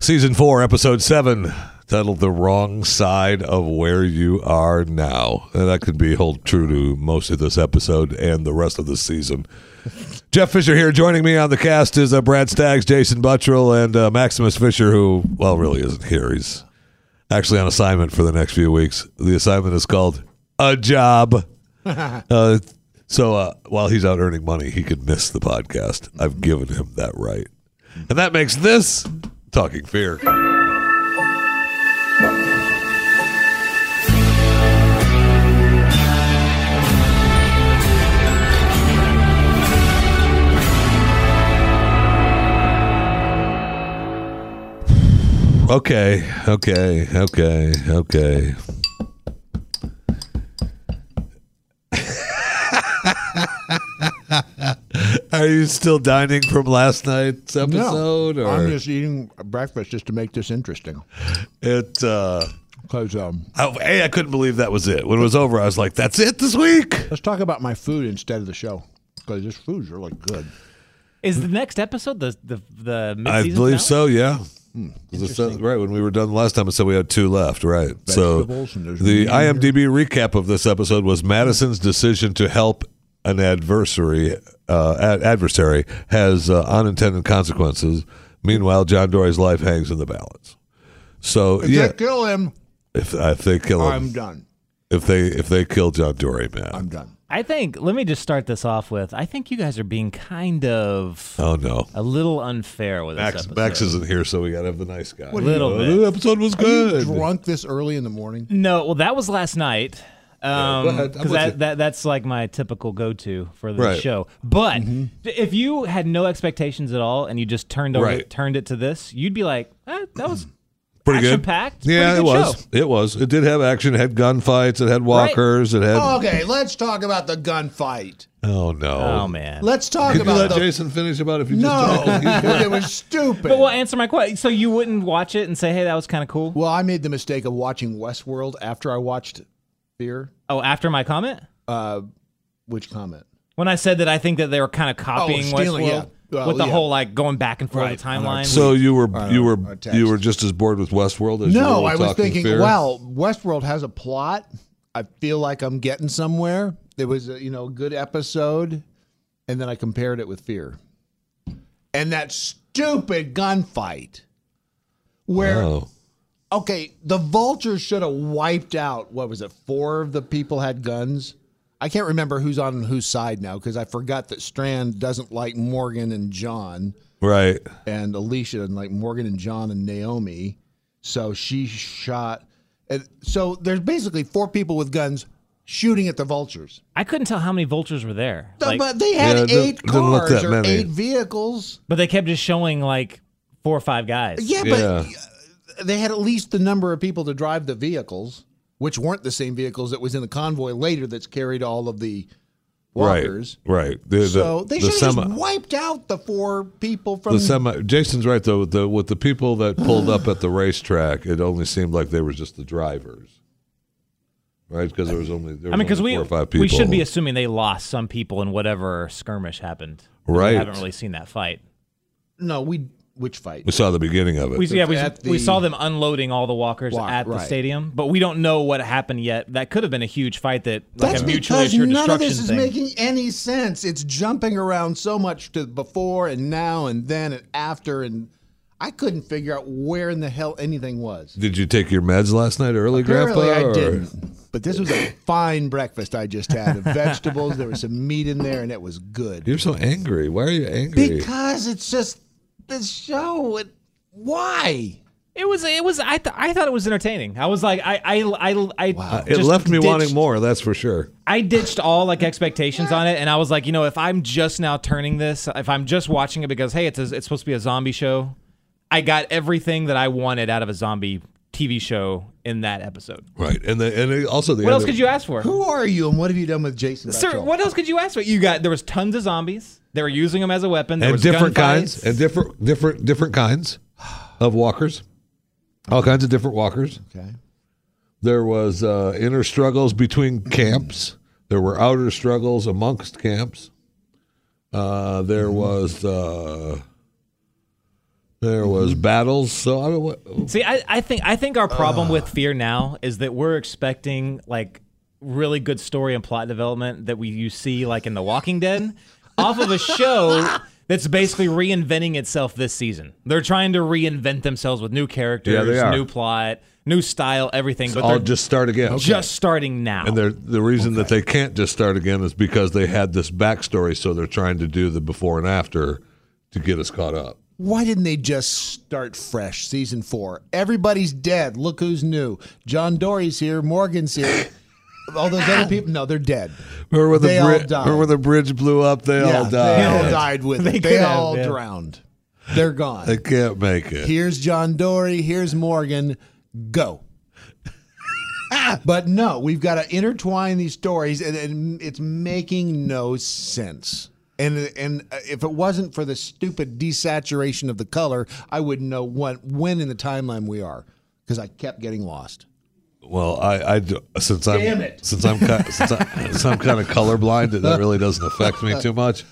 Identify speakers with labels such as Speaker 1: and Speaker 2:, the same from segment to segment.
Speaker 1: Season 4, Episode 7, titled The Wrong Side of Where You Are Now. And that could be hold true to most of this episode and the rest of the season. Jeff Fisher here. Joining me on the cast is uh, Brad Staggs, Jason Buttrell, and uh, Maximus Fisher, who, well, really isn't here. He's actually on assignment for the next few weeks. The assignment is called A Job. uh, so uh, while he's out earning money, he could miss the podcast. I've given him that right. And that makes this Talking Fear. Okay, okay, okay, okay. Are you still dining from last night's episode?
Speaker 2: no,
Speaker 1: or
Speaker 2: I'm just eating breakfast just to make this interesting.
Speaker 1: it? Uh,
Speaker 2: Because um,
Speaker 1: I, a, I couldn't believe that was it. When it was over, I was like, "That's it this week."
Speaker 2: let's talk about my food instead of the show. Because this food's really good.
Speaker 3: Is the next episode the the the mid-season
Speaker 1: I believe
Speaker 3: finale?
Speaker 1: so. Yeah. Is it so- right when we were done last time, it said we had two left. Right. So
Speaker 2: Vegetables and there's
Speaker 1: the
Speaker 2: meat.
Speaker 1: IMDb recap of this episode was Madison's decision to help an adversary uh, ad- adversary has uh, unintended consequences. Meanwhile, John Dory's life hangs in the balance. So
Speaker 2: If
Speaker 1: yeah, Oh.
Speaker 2: they kill him,
Speaker 1: if, if they kill him,
Speaker 2: I'm done.
Speaker 1: if they if they kill John Dory, man,
Speaker 2: I'm done.
Speaker 3: I think. Let me just start this off with. I think you guys are being kind of
Speaker 1: oh no.
Speaker 3: a little unfair with this
Speaker 1: Max,
Speaker 3: episode.
Speaker 1: Max isn't here, so we gotta have the nice guy.
Speaker 3: Little
Speaker 1: Oh,
Speaker 3: bit.
Speaker 1: The episode was good.
Speaker 2: Drunk this early in the morning.
Speaker 3: no, well, that was last night. Um,
Speaker 1: go ahead. I'm
Speaker 3: 'cause
Speaker 1: with you.
Speaker 3: that, that that's like my typical go-to for the
Speaker 1: Right. Mm-hmm.
Speaker 3: show. But if you had no expectations at all and you just turned over,
Speaker 1: Right.
Speaker 3: turned it to this, you'd be like, eh, "That was
Speaker 1: Pretty good.
Speaker 3: action-packed.
Speaker 1: Yeah,
Speaker 3: Pretty
Speaker 1: it
Speaker 3: good
Speaker 1: was.
Speaker 3: show.
Speaker 1: It was. It did have action. It had gunfights. It had walkers. It had. Oh,
Speaker 2: Okay, let's talk about the gunfight.
Speaker 1: no.
Speaker 3: Oh man.
Speaker 2: Let's talk
Speaker 1: Could you
Speaker 2: about
Speaker 1: let
Speaker 2: the.
Speaker 1: Jason finish about if you
Speaker 2: No,
Speaker 1: just talk?
Speaker 2: it was stupid.
Speaker 3: But well, answer my question. So you wouldn't watch it and say, "Hey, that was kind of cool."
Speaker 2: well, I made the mistake of watching Westworld after I watched Fear.
Speaker 3: Oh, after my comment.
Speaker 2: Uh, which comment?
Speaker 3: When I said that, I think that they were kind of copying
Speaker 2: Oh, stealing, yeah.
Speaker 3: Westworld
Speaker 2: Well,
Speaker 3: with the
Speaker 2: yeah.
Speaker 3: whole like going back and forth
Speaker 2: Right.
Speaker 3: the timeline.
Speaker 1: So you were you were
Speaker 2: our text.
Speaker 1: you were just as bored with Westworld as you
Speaker 2: No,
Speaker 1: were
Speaker 2: I
Speaker 1: with
Speaker 2: was
Speaker 1: Talking
Speaker 2: thinking,
Speaker 1: Fear?
Speaker 2: wow, Westworld has a plot. I feel like I'm getting somewhere. It was, a, you know, a good episode, and then I compared it with Fear, and that stupid gunfight, where
Speaker 1: Oh.
Speaker 2: okay, the vultures should have wiped out. What was it? Four of the people had guns. I can't remember who's on whose side now because I forgot that Strand doesn't like Morgan and John
Speaker 1: Right.
Speaker 2: and Alicia and like Morgan and John and Naomi. So she shot. And so there's basically four people with guns shooting at the vultures.
Speaker 3: I couldn't tell how many vultures were there,
Speaker 2: Th-
Speaker 3: Like-
Speaker 2: but they had
Speaker 1: Yeah, it don't-
Speaker 2: eight
Speaker 1: didn't look
Speaker 2: cars
Speaker 1: that
Speaker 2: or
Speaker 1: many.
Speaker 2: eight vehicles.
Speaker 3: but they kept just showing like four or five guys.
Speaker 2: Yeah,
Speaker 1: Yeah.
Speaker 2: but they had at least the number of people to drive the vehicles, which weren't the same vehicles that was in the convoy later that's carried all of the walkers.
Speaker 1: Right. Right. The, the,
Speaker 2: So they
Speaker 1: the
Speaker 2: should have
Speaker 1: semi.
Speaker 2: just wiped out the four people from
Speaker 1: the semi. Jason's right though. With the with the people that pulled up at the racetrack, it only seemed like they were just the drivers, right? Because there was only there was
Speaker 3: I mean,
Speaker 1: because
Speaker 3: because we
Speaker 1: four or five people.
Speaker 3: we should be assuming they lost some people in whatever skirmish happened.
Speaker 1: Right.
Speaker 3: We haven't really seen that fight.
Speaker 2: No, we which fight?
Speaker 1: we saw the beginning of it.
Speaker 3: We, yeah, we,
Speaker 2: At
Speaker 3: we
Speaker 2: the-
Speaker 3: saw them unloading all the walkers
Speaker 2: Walk,
Speaker 3: at the
Speaker 2: right.
Speaker 3: stadium, but we don't know what happened yet. That could have been a huge fight that like
Speaker 2: That's
Speaker 3: a mutually
Speaker 2: because
Speaker 3: assured
Speaker 2: none
Speaker 3: destruction
Speaker 2: of this is
Speaker 3: thing.
Speaker 2: making any sense. It's jumping around so much to before and now and then and after and I couldn't figure out where in the hell anything was.
Speaker 1: Did you take your meds last night early,
Speaker 2: Apparently
Speaker 1: Grandpa?
Speaker 2: I
Speaker 1: or-
Speaker 2: didn't. But this was a fine breakfast I just had. of vegetables, there was some meat in there, and it was good.
Speaker 1: You're so angry. Why are you angry?
Speaker 2: Because it's just this show. It, why?
Speaker 3: It was it was I th- I thought it was entertaining. I was like I I I, I
Speaker 1: it
Speaker 3: just
Speaker 1: left me
Speaker 3: ditched-
Speaker 1: wanting more, that's for sure.
Speaker 3: I ditched all like expectations on it, and I was like, you know, if I'm just now turning this, if I'm just watching it because hey, it's a, it's supposed to be a zombie show, I got everything that I wanted out of a zombie TV show in that episode.
Speaker 1: Right. And the, and it- also the
Speaker 3: What else
Speaker 1: other-
Speaker 3: could you ask for?
Speaker 2: Who are you, and what have you done with Jason?
Speaker 3: Sir,
Speaker 2: Buttrell?
Speaker 3: what else could you ask for? You got there was tons of zombies. They were using them as a weapon. There
Speaker 1: and
Speaker 3: was
Speaker 1: different
Speaker 3: gunfights.
Speaker 1: kinds and different different different kinds of walkers. All kinds of different walkers.
Speaker 2: Okay.
Speaker 1: There was uh, inner struggles between camps. There were outer struggles amongst camps. Uh, there was uh, There was battles. So I mean, what,
Speaker 3: See, I, I think I think our problem with fear now is that we're expecting like really good story and plot development that we you see like in The Walking Dead off of a show that's basically reinventing itself this season. They're trying to reinvent themselves with new characters,
Speaker 1: Yeah, they are.
Speaker 3: new plot, new style, everything, but
Speaker 1: I'll
Speaker 3: they're
Speaker 1: just start again.
Speaker 3: just starting now.
Speaker 1: And they're, the reason that they can't just start again is because they had this backstory, so they're trying to do the before and after to get us caught up.
Speaker 2: Why didn't they just start fresh, season four? Everybody's dead. Look who's new. John Dory's here. Morgan's here. all those other people, no, they're dead.
Speaker 1: Remember when the,
Speaker 2: They all
Speaker 1: bri-
Speaker 2: died.
Speaker 1: remember when the bridge blew up? They all died.
Speaker 2: They all died with
Speaker 3: They
Speaker 2: it. They
Speaker 3: could have,
Speaker 2: all
Speaker 3: yeah.
Speaker 2: drowned. They're gone.
Speaker 1: They can't make it.
Speaker 2: here's John Dory, here's Morgan, go. but no, we've got to intertwine these stories, and, and it's making no sense. And and uh, if it wasn't for the stupid desaturation of the color, I wouldn't know what when in the timeline we are because I kept getting lost.
Speaker 1: Well, I, I d- since I'm
Speaker 2: Damn it.
Speaker 1: since I'm ki- since, I, since I'm kind of colorblind, that really doesn't affect me too much.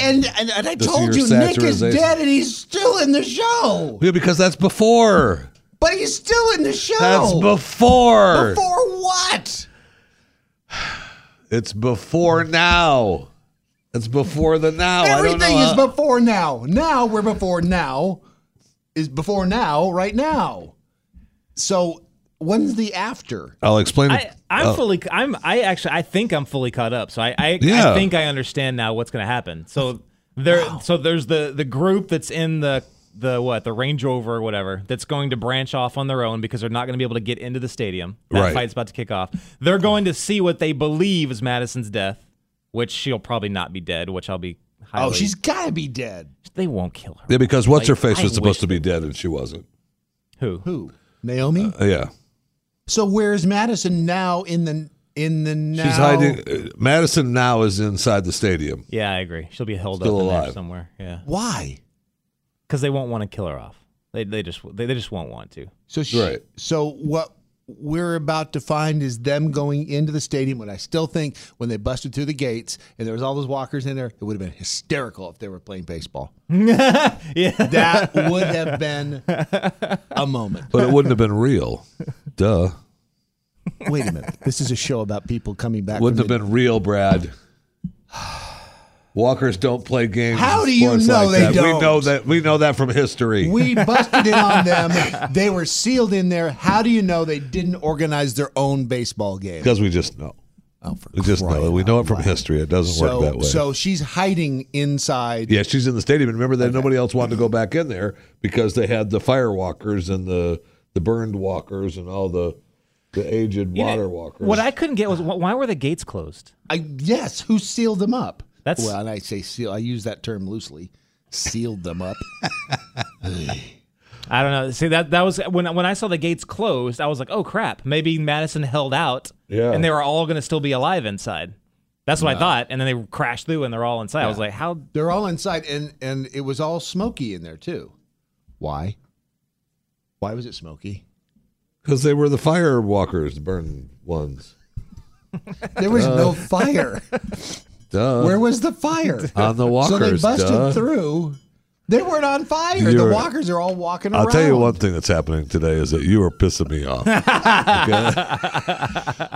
Speaker 2: And and, and I told
Speaker 1: your
Speaker 2: you, Nick is
Speaker 1: saturization.
Speaker 2: dead, and he's still in the show.
Speaker 1: Yeah, because that's before.
Speaker 2: But he's still in the show.
Speaker 1: That's before.
Speaker 2: before what?
Speaker 1: It's before now. It's before the now. I
Speaker 2: Everything
Speaker 1: don't know uh,
Speaker 2: is
Speaker 1: how-
Speaker 2: before now. Now we're before now is before now right now. So when's the after?
Speaker 1: I'll explain. it.
Speaker 3: I, I'm
Speaker 1: Oh.
Speaker 3: fully. I'm. I actually. I think I'm fully caught up. So I. I,
Speaker 1: Yeah.
Speaker 3: I think I understand now what's going to happen. So there. So there's the the group that's in the the what the Range Rover or whatever that's going to branch off on their own because they're not going to be able to get into the stadium. That
Speaker 1: Right.
Speaker 3: fight's about to kick off. They're going to see what they believe is Madison's death, which she'll probably not be dead. Which I'll be. Highly,
Speaker 2: Oh, she's got to be dead.
Speaker 3: They won't kill her.
Speaker 1: Yeah, because what's her face
Speaker 3: I
Speaker 1: was supposed
Speaker 3: wish
Speaker 1: to be dead and she wasn't.
Speaker 3: Who?
Speaker 2: Who? Naomi?
Speaker 1: Uh, yeah,
Speaker 2: so where's Madison now in the in the now?
Speaker 1: she's hiding. uh, Madison now is inside the stadium.
Speaker 3: Yeah, I agree. She'll be held
Speaker 1: Still
Speaker 3: up in there
Speaker 1: alive.
Speaker 3: somewhere. Yeah,
Speaker 2: Why?
Speaker 3: because they won't want to kill her off. They they just they, they just won't want to.
Speaker 2: So she,
Speaker 1: Right.
Speaker 2: so what we're about to find is them going into the stadium when I still think when they busted through the gates and there was all those walkers in there, it would have been hysterical if they were playing baseball.
Speaker 3: Yeah.
Speaker 2: That would have been a moment.
Speaker 1: But it wouldn't have been real. Duh.
Speaker 2: Wait a minute. This is a show about people coming back.
Speaker 1: Wouldn't
Speaker 2: from
Speaker 1: have been real, Brad. Walkers don't play games.
Speaker 2: How
Speaker 1: in
Speaker 2: do you
Speaker 1: sports
Speaker 2: know
Speaker 1: like
Speaker 2: they
Speaker 1: that. We
Speaker 2: don't?
Speaker 1: know that. We know that from history.
Speaker 2: the- We busted in on them. They were sealed in there. How do you know they didn't organize their own baseball game?
Speaker 1: because we just know.
Speaker 2: Oh, for
Speaker 1: We just know.
Speaker 2: crying
Speaker 1: it. We know
Speaker 2: out
Speaker 1: it from
Speaker 2: loud.
Speaker 1: history. It doesn't
Speaker 2: So,
Speaker 1: work that way.
Speaker 2: so she's hiding inside.
Speaker 1: yeah, she's in the stadium, and remember that nobody else wanted to go back in there because they had the fire walkers and the the burned walkers and all the the aged
Speaker 3: You know,
Speaker 1: water walkers.
Speaker 3: What I couldn't get was wh- why were the gates closed?
Speaker 2: I, yes, who sealed them up?
Speaker 3: That's-
Speaker 2: well, and I say seal. I use that term loosely. Sealed them up.
Speaker 3: I don't know. See that that was when when I saw the gates closed, I was like, oh crap, maybe Madison held out,
Speaker 1: Yeah.
Speaker 3: and they were all going to still be alive inside. That's what I thought, and then they crashed through, and they're all inside. I was like, how?
Speaker 2: They're all inside, and and it was all smoky in there too. Why? Why was it smoky?
Speaker 1: because they were the fire walkers, the burned ones.
Speaker 2: There was
Speaker 1: Uh,
Speaker 2: no fire.
Speaker 1: Duh.
Speaker 2: Where was the fire?
Speaker 1: on the walkers.
Speaker 2: so they busted
Speaker 1: duh.
Speaker 2: through. They weren't on fire. the
Speaker 1: You're-
Speaker 2: walkers are all walking
Speaker 1: I'll
Speaker 2: around.
Speaker 1: tell you one thing that's happening today is that you are pissing me off. okay.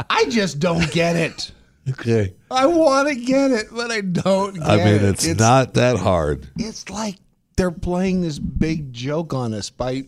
Speaker 2: I just don't get it.
Speaker 1: okay.
Speaker 2: I want to get it, but I don't get
Speaker 1: I mean,
Speaker 2: it.
Speaker 1: it's, not that hard.
Speaker 2: It's like they're playing this big joke on us by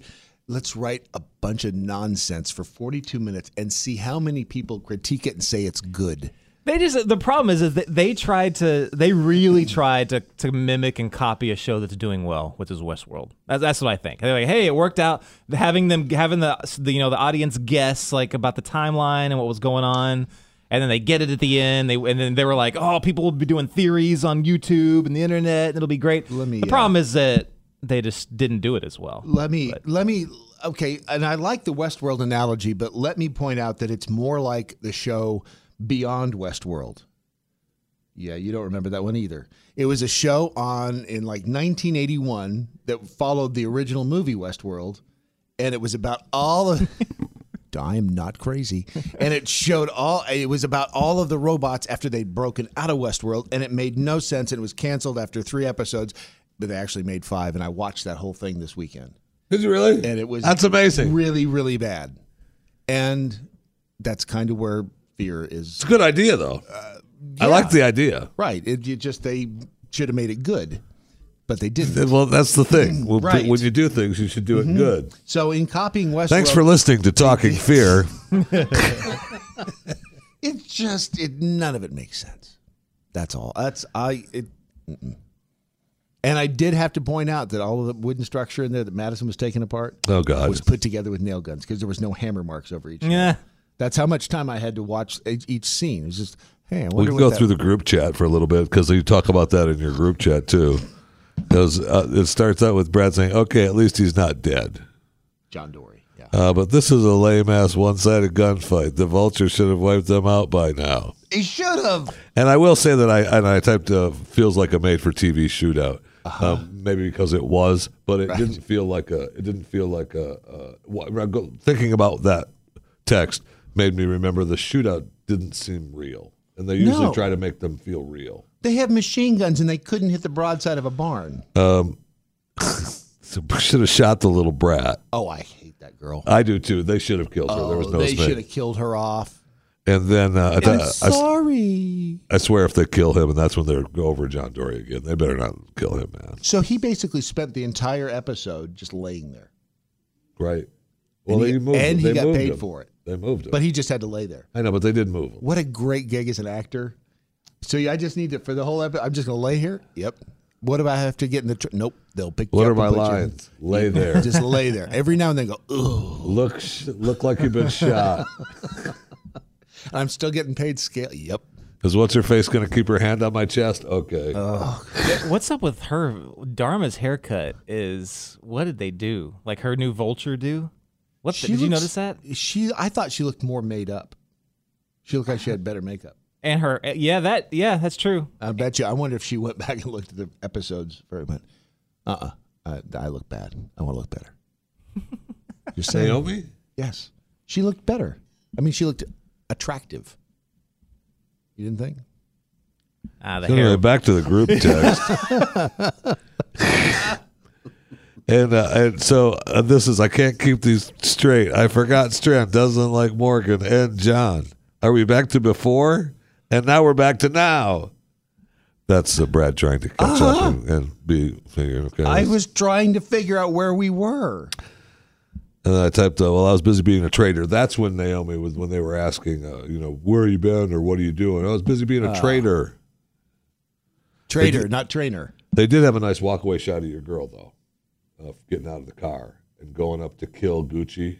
Speaker 2: let's write a bunch of nonsense for 42 minutes and see how many people critique it and say it's good.
Speaker 3: They just the problem is is that they tried to they really tried to to mimic and copy a show that's doing well, which is Westworld. That's, that's what I think. They're like, hey, it worked out. Having them having the, the you know the audience guess like about the timeline and what was going on, and then they get it at the end. They and then they were like, oh, people will be doing theories on YouTube and the internet, and it'll be great.
Speaker 2: Let me,
Speaker 3: the
Speaker 2: uh,
Speaker 3: problem is that they just didn't do it as well.
Speaker 2: Let me, let me, okay. And I like the Westworld analogy, but let me point out that it's more like the show Beyond Westworld. Yeah, you don't remember that one either. It was a show on in like 1981 that followed the original movie Westworld, and it was about all of. I am not crazy, and it showed all. It was about all of the robots after they'd broken out of Westworld, and it made no sense, and it was canceled after three episodes. but they actually made five, and I watched that whole thing this weekend,
Speaker 1: Did you really?
Speaker 2: and it was
Speaker 1: That's amazing.
Speaker 2: really really bad, and that's kind of where fear is.
Speaker 1: It's a good idea, though.
Speaker 2: Uh,
Speaker 1: I like the idea.
Speaker 2: Right, it you just they should have made it good, but they didn't.
Speaker 1: Well, that's the thing. Well,
Speaker 2: Mm, Right. Mm-hmm.
Speaker 1: When you do things, you should do it good.
Speaker 2: So uh, in copying Westworld,
Speaker 1: Thanks for listening to Talking Fear.
Speaker 2: it just it none of it makes sense. That's all. That's I it. mm-mm. And I did have to point out that all of the wooden structure in there that Madison was taking apart
Speaker 1: Oh, God.
Speaker 2: was put together with nail guns because there was no hammer marks over each.
Speaker 3: Yeah.
Speaker 2: That's how much time I had to watch each each scene. It was just, hey, I
Speaker 1: We
Speaker 2: wonder
Speaker 1: can
Speaker 2: what
Speaker 1: go
Speaker 2: that-
Speaker 1: through the group chat for a little bit because you talk about that in your group chat too. Because uh, it starts out with Brad saying, "Okay, at least he's not dead."
Speaker 2: John Dory. Yeah,
Speaker 1: Uh, but this is a lame ass one sided gunfight. The vulture should have wiped them out by now.
Speaker 2: he should have.
Speaker 1: And I will say that I and I typed uh, feels like a made for TV shootout.
Speaker 2: Uh-huh.
Speaker 1: Um, maybe because it was, but it didn't feel like a. It didn't feel like a. Uh, wha- I go- thinking about that text made me remember the shootout didn't seem real, and they usually
Speaker 2: No.
Speaker 1: try to make them feel real.
Speaker 2: They have machine guns and they couldn't hit the broadside of a barn.
Speaker 1: So should have shot the little brat.
Speaker 2: oh, I hate that girl.
Speaker 1: I do too. They should have killed her. there was
Speaker 2: Oh,
Speaker 1: no
Speaker 2: they should
Speaker 1: snake.
Speaker 2: have killed her off.
Speaker 1: And then uh, I,
Speaker 2: I'm
Speaker 1: I-
Speaker 2: sorry.
Speaker 1: I swear, if they kill him, and that's when they're go over John Dory again. They better not kill him, man.
Speaker 2: So he basically spent the entire episode just laying there,
Speaker 1: Right? Well,
Speaker 2: And he-
Speaker 1: they moved
Speaker 2: and
Speaker 1: him.
Speaker 2: he
Speaker 1: They
Speaker 2: got
Speaker 1: moved
Speaker 2: paid
Speaker 1: him.
Speaker 2: for it.
Speaker 1: They moved him.
Speaker 2: but he just had to lay there.
Speaker 1: I know, but they did move him.
Speaker 2: What a great gig as an actor. So yeah, I just need to for the whole episode. I'm just gonna lay here. Yep. What do I have to get in the? Tr- nope. They'll pick.
Speaker 1: What
Speaker 2: you
Speaker 1: are
Speaker 2: up and
Speaker 1: my
Speaker 2: put you in-
Speaker 1: lines? Lay there.
Speaker 2: Just lay there. Every now and then, go. Ugh.
Speaker 1: look, sh- look like you've been shot.
Speaker 2: I'm still getting paid scale. Yep.
Speaker 1: Is what's her face going to keep her hand on my chest? Okay.
Speaker 3: What's up with her? Dharma's haircut is. What did they do? Like her new vulture do? What the,
Speaker 2: She
Speaker 3: did you
Speaker 2: looks-
Speaker 3: notice that?
Speaker 2: She, I thought she looked more made up. She looked like she had better makeup.
Speaker 3: And her. Yeah, that. Yeah, that's true.
Speaker 2: I bet you. I wonder if she went back and looked at the episodes for a minute. Uh, uh I, I look bad. I want to look better. You're saying
Speaker 1: Naomi.
Speaker 2: yes. She looked better. I mean, she looked attractive. You didn't think?
Speaker 3: Ah, the
Speaker 1: So
Speaker 3: hair.
Speaker 1: Anyway, back to the group text. and, uh, and so uh, this is I can't keep these straight. I forgot Strand doesn't like Morgan and John. Are we back to before? And now we're back to now. That's uh, Brad trying to catch up and, and be figuring. Okay,
Speaker 2: I
Speaker 1: let's-
Speaker 2: was trying to figure out where we were.
Speaker 1: And then I typed, uh, "Well, I was busy being a trader." That's when Naomi was when they were asking, uh, you know, where you been or what are you doing? I was busy being
Speaker 2: Ah.
Speaker 1: a trader.
Speaker 2: Trader, not trainer.
Speaker 1: They did have a nice walkaway shot of your girl, though, of getting out of the car and going up to kill Gucci.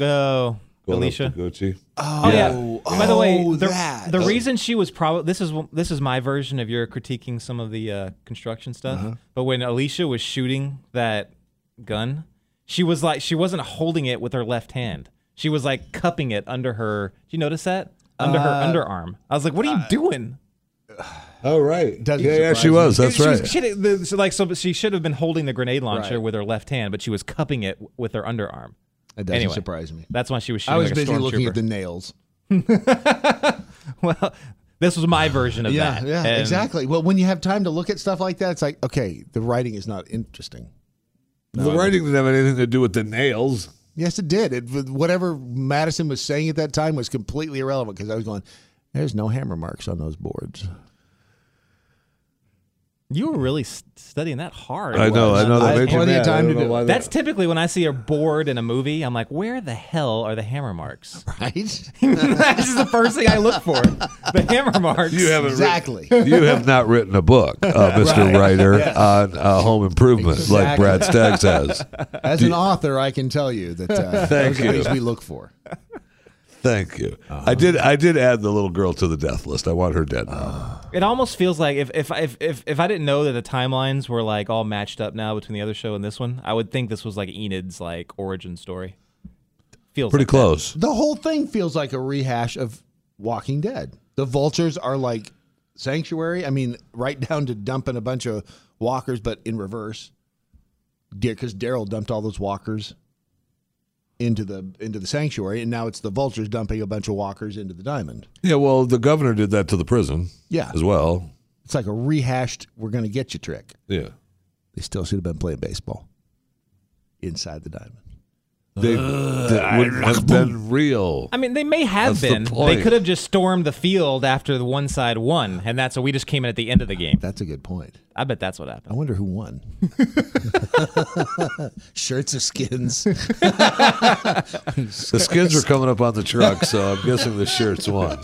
Speaker 3: Oh,
Speaker 1: Going
Speaker 3: Alicia.
Speaker 1: up to Gucci.
Speaker 2: Oh,
Speaker 3: Oh yeah. By the way,
Speaker 2: oh,
Speaker 3: the,
Speaker 2: that.
Speaker 3: the reason she was probably this is this is my version of your critiquing some of the uh, construction stuff.
Speaker 2: Uh-huh.
Speaker 3: But when Alicia was shooting that gun, she was like she wasn't holding it with her left hand. She was like cupping it under her. Did you notice that under
Speaker 2: Uh,
Speaker 3: her underarm? I was like, "What are you doing?"
Speaker 1: Oh, right.
Speaker 2: Doesn't
Speaker 1: yeah, yeah, she
Speaker 2: surprise me.
Speaker 1: was. That's
Speaker 3: she
Speaker 1: right.
Speaker 3: Was, she did- the- so, like so, she should have been holding the grenade launcher with her left hand, but she was cupping it w- with her underarm.
Speaker 2: It doesn't
Speaker 3: Anyway.
Speaker 2: surprise me.
Speaker 3: That's why she was shooting
Speaker 2: I was
Speaker 3: like a
Speaker 2: busy looking at
Speaker 3: stormtrooper.
Speaker 2: the nails.
Speaker 3: well, this was my version of
Speaker 2: Yeah,
Speaker 3: that.
Speaker 2: yeah,
Speaker 3: And-
Speaker 2: exactly. Well, when you have time to look at stuff like that, it's like, okay, the writing is not interesting.
Speaker 1: the writing didn't have anything to do with the nails.
Speaker 2: Yes, it did. It, whatever Madison was saying at that time was completely irrelevant because I was going, there's no hammer marks on those boards.
Speaker 3: You were really s- studying that hard.
Speaker 1: I know. I know
Speaker 2: I
Speaker 1: that
Speaker 2: had
Speaker 1: made you
Speaker 2: plenty of
Speaker 1: mad. I
Speaker 2: time
Speaker 1: don't
Speaker 2: to
Speaker 1: know
Speaker 2: do
Speaker 1: why
Speaker 2: it.
Speaker 1: that-
Speaker 3: That's typically when I see a board in a movie, I'm like, where the hell are the hammer marks?
Speaker 2: Right?
Speaker 3: That's the first thing I look for. The hammer marks.
Speaker 1: you haven't
Speaker 2: exactly.
Speaker 1: written- you have not written a book, uh, Mr. Writer, on uh, home improvement like
Speaker 2: Exactly.
Speaker 1: Brad Staggs has.
Speaker 2: As an author, I can tell you that uh, those
Speaker 1: you.
Speaker 2: are things we look for.
Speaker 1: Thank you. I did. I did add the little girl to the death list. I want her dead now.
Speaker 3: It almost feels like if if, if if if I didn't know that the timelines were like all matched up now between the other show and this one, I would think this was like Enid's like origin story. Feels
Speaker 1: Pretty
Speaker 3: like
Speaker 1: close.
Speaker 2: The whole thing feels like a rehash of Walking Dead. The vultures are like sanctuary. I mean, right down to dumping a bunch of walkers, but in reverse. Because Daryl dumped all those walkers into the into the sanctuary, and now it's the vultures dumping a bunch of walkers into the diamond.
Speaker 1: Yeah. Well, the governor did that to the prison.
Speaker 2: Yeah.
Speaker 1: As well.
Speaker 2: It's like a rehashed "we're going to get you" trick.
Speaker 1: Yeah.
Speaker 2: They still should have been playing baseball inside the diamond.
Speaker 1: They, that wouldn't have been real.
Speaker 3: I mean, they may
Speaker 1: That's
Speaker 3: have
Speaker 1: the
Speaker 3: been.
Speaker 1: point.
Speaker 3: they could have just stormed the field after the one side won, and that's so we just came in at the end of the game.
Speaker 2: That's a good point.
Speaker 3: I bet that's what
Speaker 2: I
Speaker 3: happened.
Speaker 2: wonder who won. Shirts or skins?
Speaker 1: The skins were coming up on the truck, so I'm guessing the shirts won.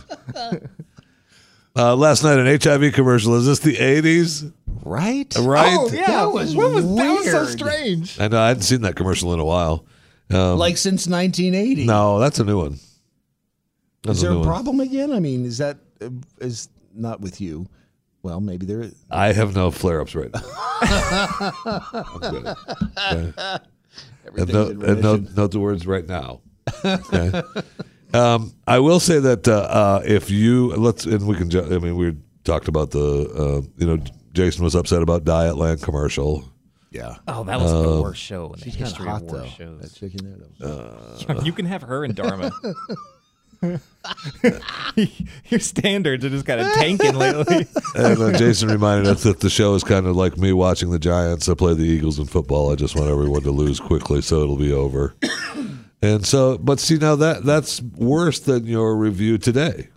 Speaker 1: Uh, last night, an HIV commercial. Is this the 80s?
Speaker 2: Right?
Speaker 1: Right?
Speaker 2: That was Oh, what was
Speaker 4: that was so
Speaker 2: strange.
Speaker 1: I know. I hadn't seen that commercial in a while.
Speaker 2: Like since 1980.
Speaker 1: Um, No, that's a new one. That's
Speaker 2: Is there
Speaker 1: new
Speaker 2: a
Speaker 1: one.
Speaker 2: problem again? I mean, is that uh, is not with you? Well, maybe there is.
Speaker 1: I have no flare ups right now. I'm good. Okay. And, no,
Speaker 2: in
Speaker 1: and note, note the words right now. Okay. um, I will say that uh, uh, if you let's and we can. ju- I mean, we talked about the uh, you know Jason was upset about Dietland commercial.
Speaker 2: Yeah.
Speaker 3: Oh, that was the worst show in the history of
Speaker 2: hot
Speaker 3: war
Speaker 2: though. That
Speaker 3: shows.
Speaker 2: chicken noodles.
Speaker 1: Uh,
Speaker 3: you can have her and Dharma. Your standards are just kind of tanking lately.
Speaker 1: And uh, Jason reminded us that the show is kind of like me watching the Giants. I play the Eagles in football. I just want everyone to lose quickly so it'll be over. And so, but see now that that's worse than your review today,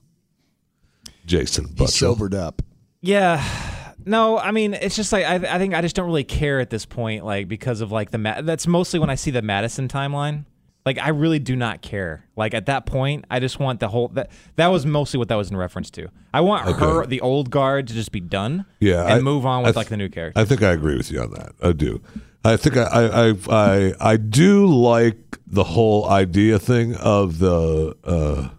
Speaker 1: Jason.
Speaker 2: He
Speaker 1: Butchell.
Speaker 2: sobered up.
Speaker 3: Yeah. No, I mean it's just like I, I think I just don't really care at this point, like because of like the Ma- that's mostly when I see the Madison timeline. Like I really do not care. Like at that point, I just want the whole that that was mostly what that was in reference to. I want her, the old guard, to just be done.
Speaker 1: Yeah,
Speaker 3: and
Speaker 1: I-
Speaker 3: move on with
Speaker 1: I th-
Speaker 3: like the new character.
Speaker 1: I think I agree with you on that. I do. I think I I I, I, I do like the whole idea thing of the uh,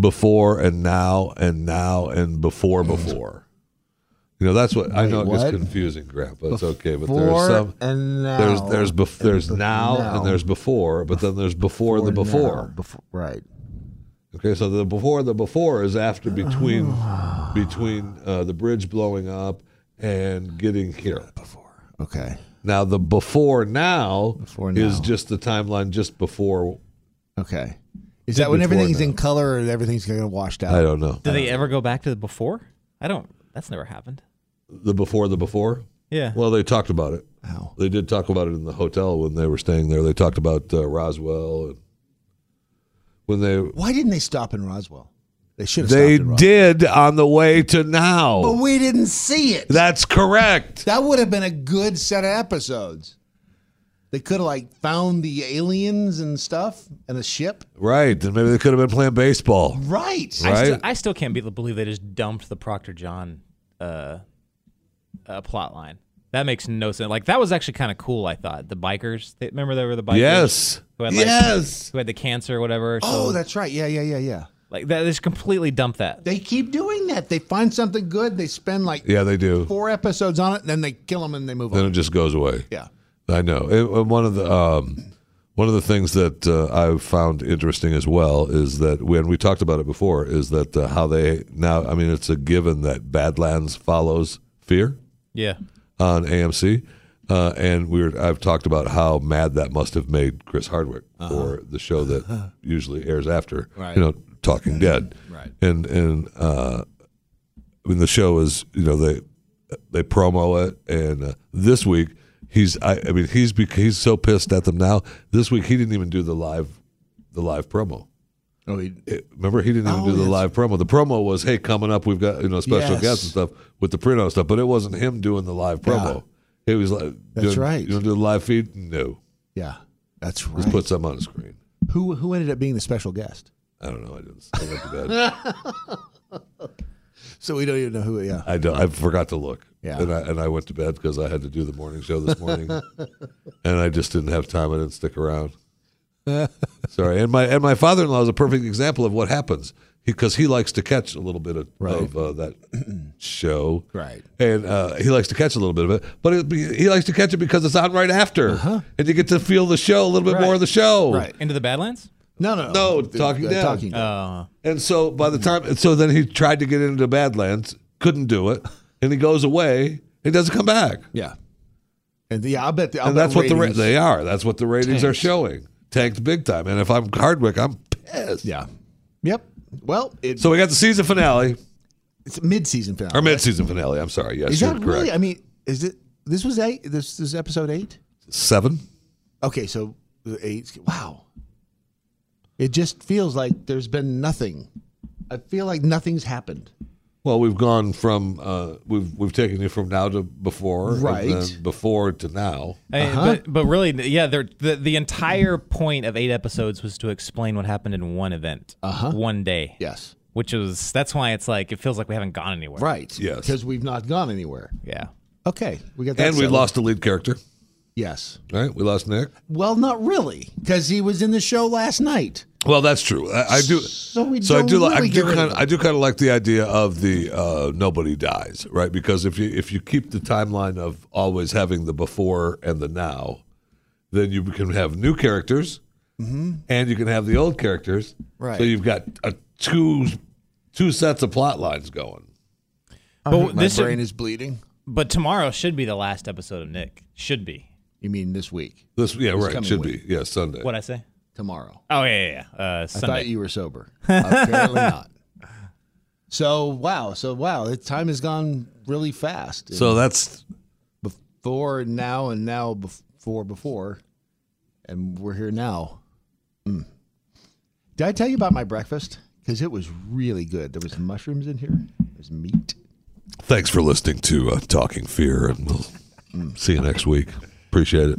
Speaker 1: before and now and now and before before. You know that's what I know. It gets
Speaker 2: Mm. what?
Speaker 1: confusing, Grandpa. It's okay, but there's
Speaker 2: Before
Speaker 1: some
Speaker 2: and now.
Speaker 1: there's there's bef- there's
Speaker 2: bef-
Speaker 1: now,
Speaker 2: now.
Speaker 1: and there's before, but then there's before, the before.
Speaker 2: before. Right.
Speaker 1: Okay, so the before the before is after between
Speaker 2: Ah.
Speaker 1: between uh, the bridge blowing up and getting here.
Speaker 2: Okay.
Speaker 1: Now the before now,
Speaker 2: Before
Speaker 1: is
Speaker 2: now.
Speaker 1: just the timeline just before.
Speaker 2: Okay. Is that when
Speaker 1: before
Speaker 2: everything's
Speaker 1: now.
Speaker 2: in color and everything's going to washed
Speaker 1: I
Speaker 2: out?
Speaker 1: don't know
Speaker 3: Did they ever go back to the before? I don't. That's never happened.
Speaker 1: the before the before.
Speaker 3: Yeah.
Speaker 1: Well, they talked about it.
Speaker 2: Wow.
Speaker 1: They did talk about it in the hotel when they were staying there. They talked about uh, Roswell and when they
Speaker 2: Why didn't they stop in Roswell? They should have
Speaker 1: they
Speaker 2: stopped in Roswell.
Speaker 1: did on the way to
Speaker 2: But
Speaker 1: now.
Speaker 2: we didn't see it.
Speaker 1: That's correct.
Speaker 2: That would have been a good set of episodes. They could have like found the aliens and stuff and a ship.
Speaker 1: Right. Then maybe they could have been playing baseball.
Speaker 2: Right.
Speaker 1: Right.
Speaker 3: I, still, I still can't be, believe they just dumped the Proctor John uh, uh, plot line. That makes no sense. Like that was actually kind of cool. I thought the bikers. They, remember they were the bikers.
Speaker 1: Yes.
Speaker 3: Who had, like,
Speaker 1: Yes.
Speaker 3: Who had the cancer or whatever. So,
Speaker 2: Oh, that's right. Yeah, yeah, yeah, yeah.
Speaker 3: like that. They just completely dumped that.
Speaker 2: They keep doing that. They find something good. They spend like
Speaker 1: Yeah, they do.
Speaker 2: four episodes on it, then they kill them and they move
Speaker 1: Then
Speaker 2: on.
Speaker 1: it just goes away.
Speaker 2: Yeah.
Speaker 1: I know. It, uh, one of the um, one of the things that uh, I've found interesting as well is that when we talked about it before, is that uh, how they now. I mean, it's a given that Badlands follows Fear
Speaker 3: Yeah.
Speaker 1: on AMC, uh, and we were, I've talked about how mad that must have made Chris Hardwick for the show that usually airs after,
Speaker 2: Uh-huh. Right.
Speaker 1: you know, Talking Dead,
Speaker 2: Right.
Speaker 1: and and uh, I mean the show is you know they they promo it, and uh, this week he's I, I mean he's bec- he's so pissed at them now. This week he didn't even do the live the live promo.
Speaker 2: Oh, he,
Speaker 1: It- remember he didn't even
Speaker 2: Oh,
Speaker 1: do the
Speaker 2: that's-
Speaker 1: live promo. The promo was hey coming up we've got you know special
Speaker 2: Yes.
Speaker 1: guests and stuff with the Prino stuff, but it wasn't him doing the live promo. It was like
Speaker 2: That's
Speaker 1: doing-
Speaker 2: right.
Speaker 1: You want to do the live feed? No,
Speaker 2: yeah. That's right.
Speaker 1: just put something on the screen.
Speaker 2: who who ended up being the special guest?
Speaker 1: I don't know. I didn't. I went to bed.
Speaker 2: So we don't even know who. Yeah.
Speaker 1: I don't. I forgot to look.
Speaker 2: Yeah.
Speaker 1: And I and I went to bed because I had to do the morning show this morning, and I just didn't have time. I didn't stick around. Sorry. And my and my father in law is a perfect example of what happens because he, likes to catch a little bit of, of uh, that show.
Speaker 2: Right.
Speaker 1: And uh, he likes to catch a little bit of it, but it, he likes to catch it because it's on right after, and you get to feel the show a little bit more of the show.
Speaker 2: Uh-huh. Right.
Speaker 3: Into the Badlands.
Speaker 2: No, no,
Speaker 1: No,
Speaker 2: no.
Speaker 1: Talking Dead.
Speaker 2: Talking Dead.
Speaker 3: Uh,
Speaker 1: And so by the time, so then he tried to get into Badlands, couldn't do it, and he goes away. He doesn't come back,
Speaker 2: yeah. And yeah, I bet. The, I'll
Speaker 1: and
Speaker 2: bet
Speaker 1: that's what the ra-
Speaker 2: ratings-
Speaker 1: they are. That's what the ratings are showing. Tanked big time. And if I'm Hardwick, I'm pissed.
Speaker 2: Yeah. Yep. Well, it's
Speaker 1: So we got the season finale
Speaker 2: it's mid-season finale.
Speaker 1: or mid-season finale. I'm sorry. Yes,
Speaker 2: Is
Speaker 1: you're
Speaker 2: that
Speaker 1: correct.
Speaker 2: really? I mean, is it? This was eight. This, this is episode eight.
Speaker 1: Seven?
Speaker 2: Okay, so eight. Wow. It just feels like there's been nothing. I feel like nothing's happened.
Speaker 1: Well, we've gone from uh, we've we've taken you from now to before, and
Speaker 2: Right.
Speaker 1: then before to now.
Speaker 3: I mean, But but really, yeah. they're- The the entire point of eight episodes was to explain what happened in one event, uh-huh. one day.
Speaker 2: Yes.
Speaker 3: Which is that's why it's like it feels like we haven't gone anywhere.
Speaker 2: Right.
Speaker 1: Yes.
Speaker 2: Because we've not gone anywhere.
Speaker 3: Yeah.
Speaker 2: Okay, we got that.
Speaker 1: and we
Speaker 2: settled.
Speaker 1: lost a lead character.
Speaker 2: Yes.
Speaker 1: Right? We lost Nick.
Speaker 2: Well, not really, because he was in the show last night.
Speaker 1: Well, that's true. I, I do.
Speaker 2: So we
Speaker 1: So I
Speaker 2: don't
Speaker 1: do like. I
Speaker 2: really get
Speaker 1: do
Speaker 2: rid of
Speaker 1: kind.
Speaker 2: him.
Speaker 1: Of, I do kind of like the idea of the uh, nobody dies, right? Because if you if you keep the timeline of always having the before and the now, then you can have new characters, and you can have the old characters.
Speaker 2: Mm-hmm. Right.
Speaker 1: So you've got a two two sets of plot lines going.
Speaker 3: But
Speaker 2: My
Speaker 3: this
Speaker 2: brain is bleeding.
Speaker 3: but tomorrow should be the last episode of Nick. Should be.
Speaker 2: You mean this week,
Speaker 1: This yeah right
Speaker 2: coming
Speaker 1: should
Speaker 2: week.
Speaker 1: be yeah Sunday.
Speaker 3: What I say?
Speaker 2: tomorrow?
Speaker 3: Oh yeah yeah. yeah. Uh,
Speaker 2: I
Speaker 3: Sunday.
Speaker 2: thought you were sober. Apparently not. So wow, so wow, the time has gone really fast.
Speaker 1: so that's
Speaker 2: before and now and now before before, and we're here now. Mm. Did I tell you about my breakfast? Because it was really good. There was mushrooms in here. There's meat. Mm.
Speaker 1: thanks for listening to uh, Talking Fear, and we'll see you next week. Appreciate it.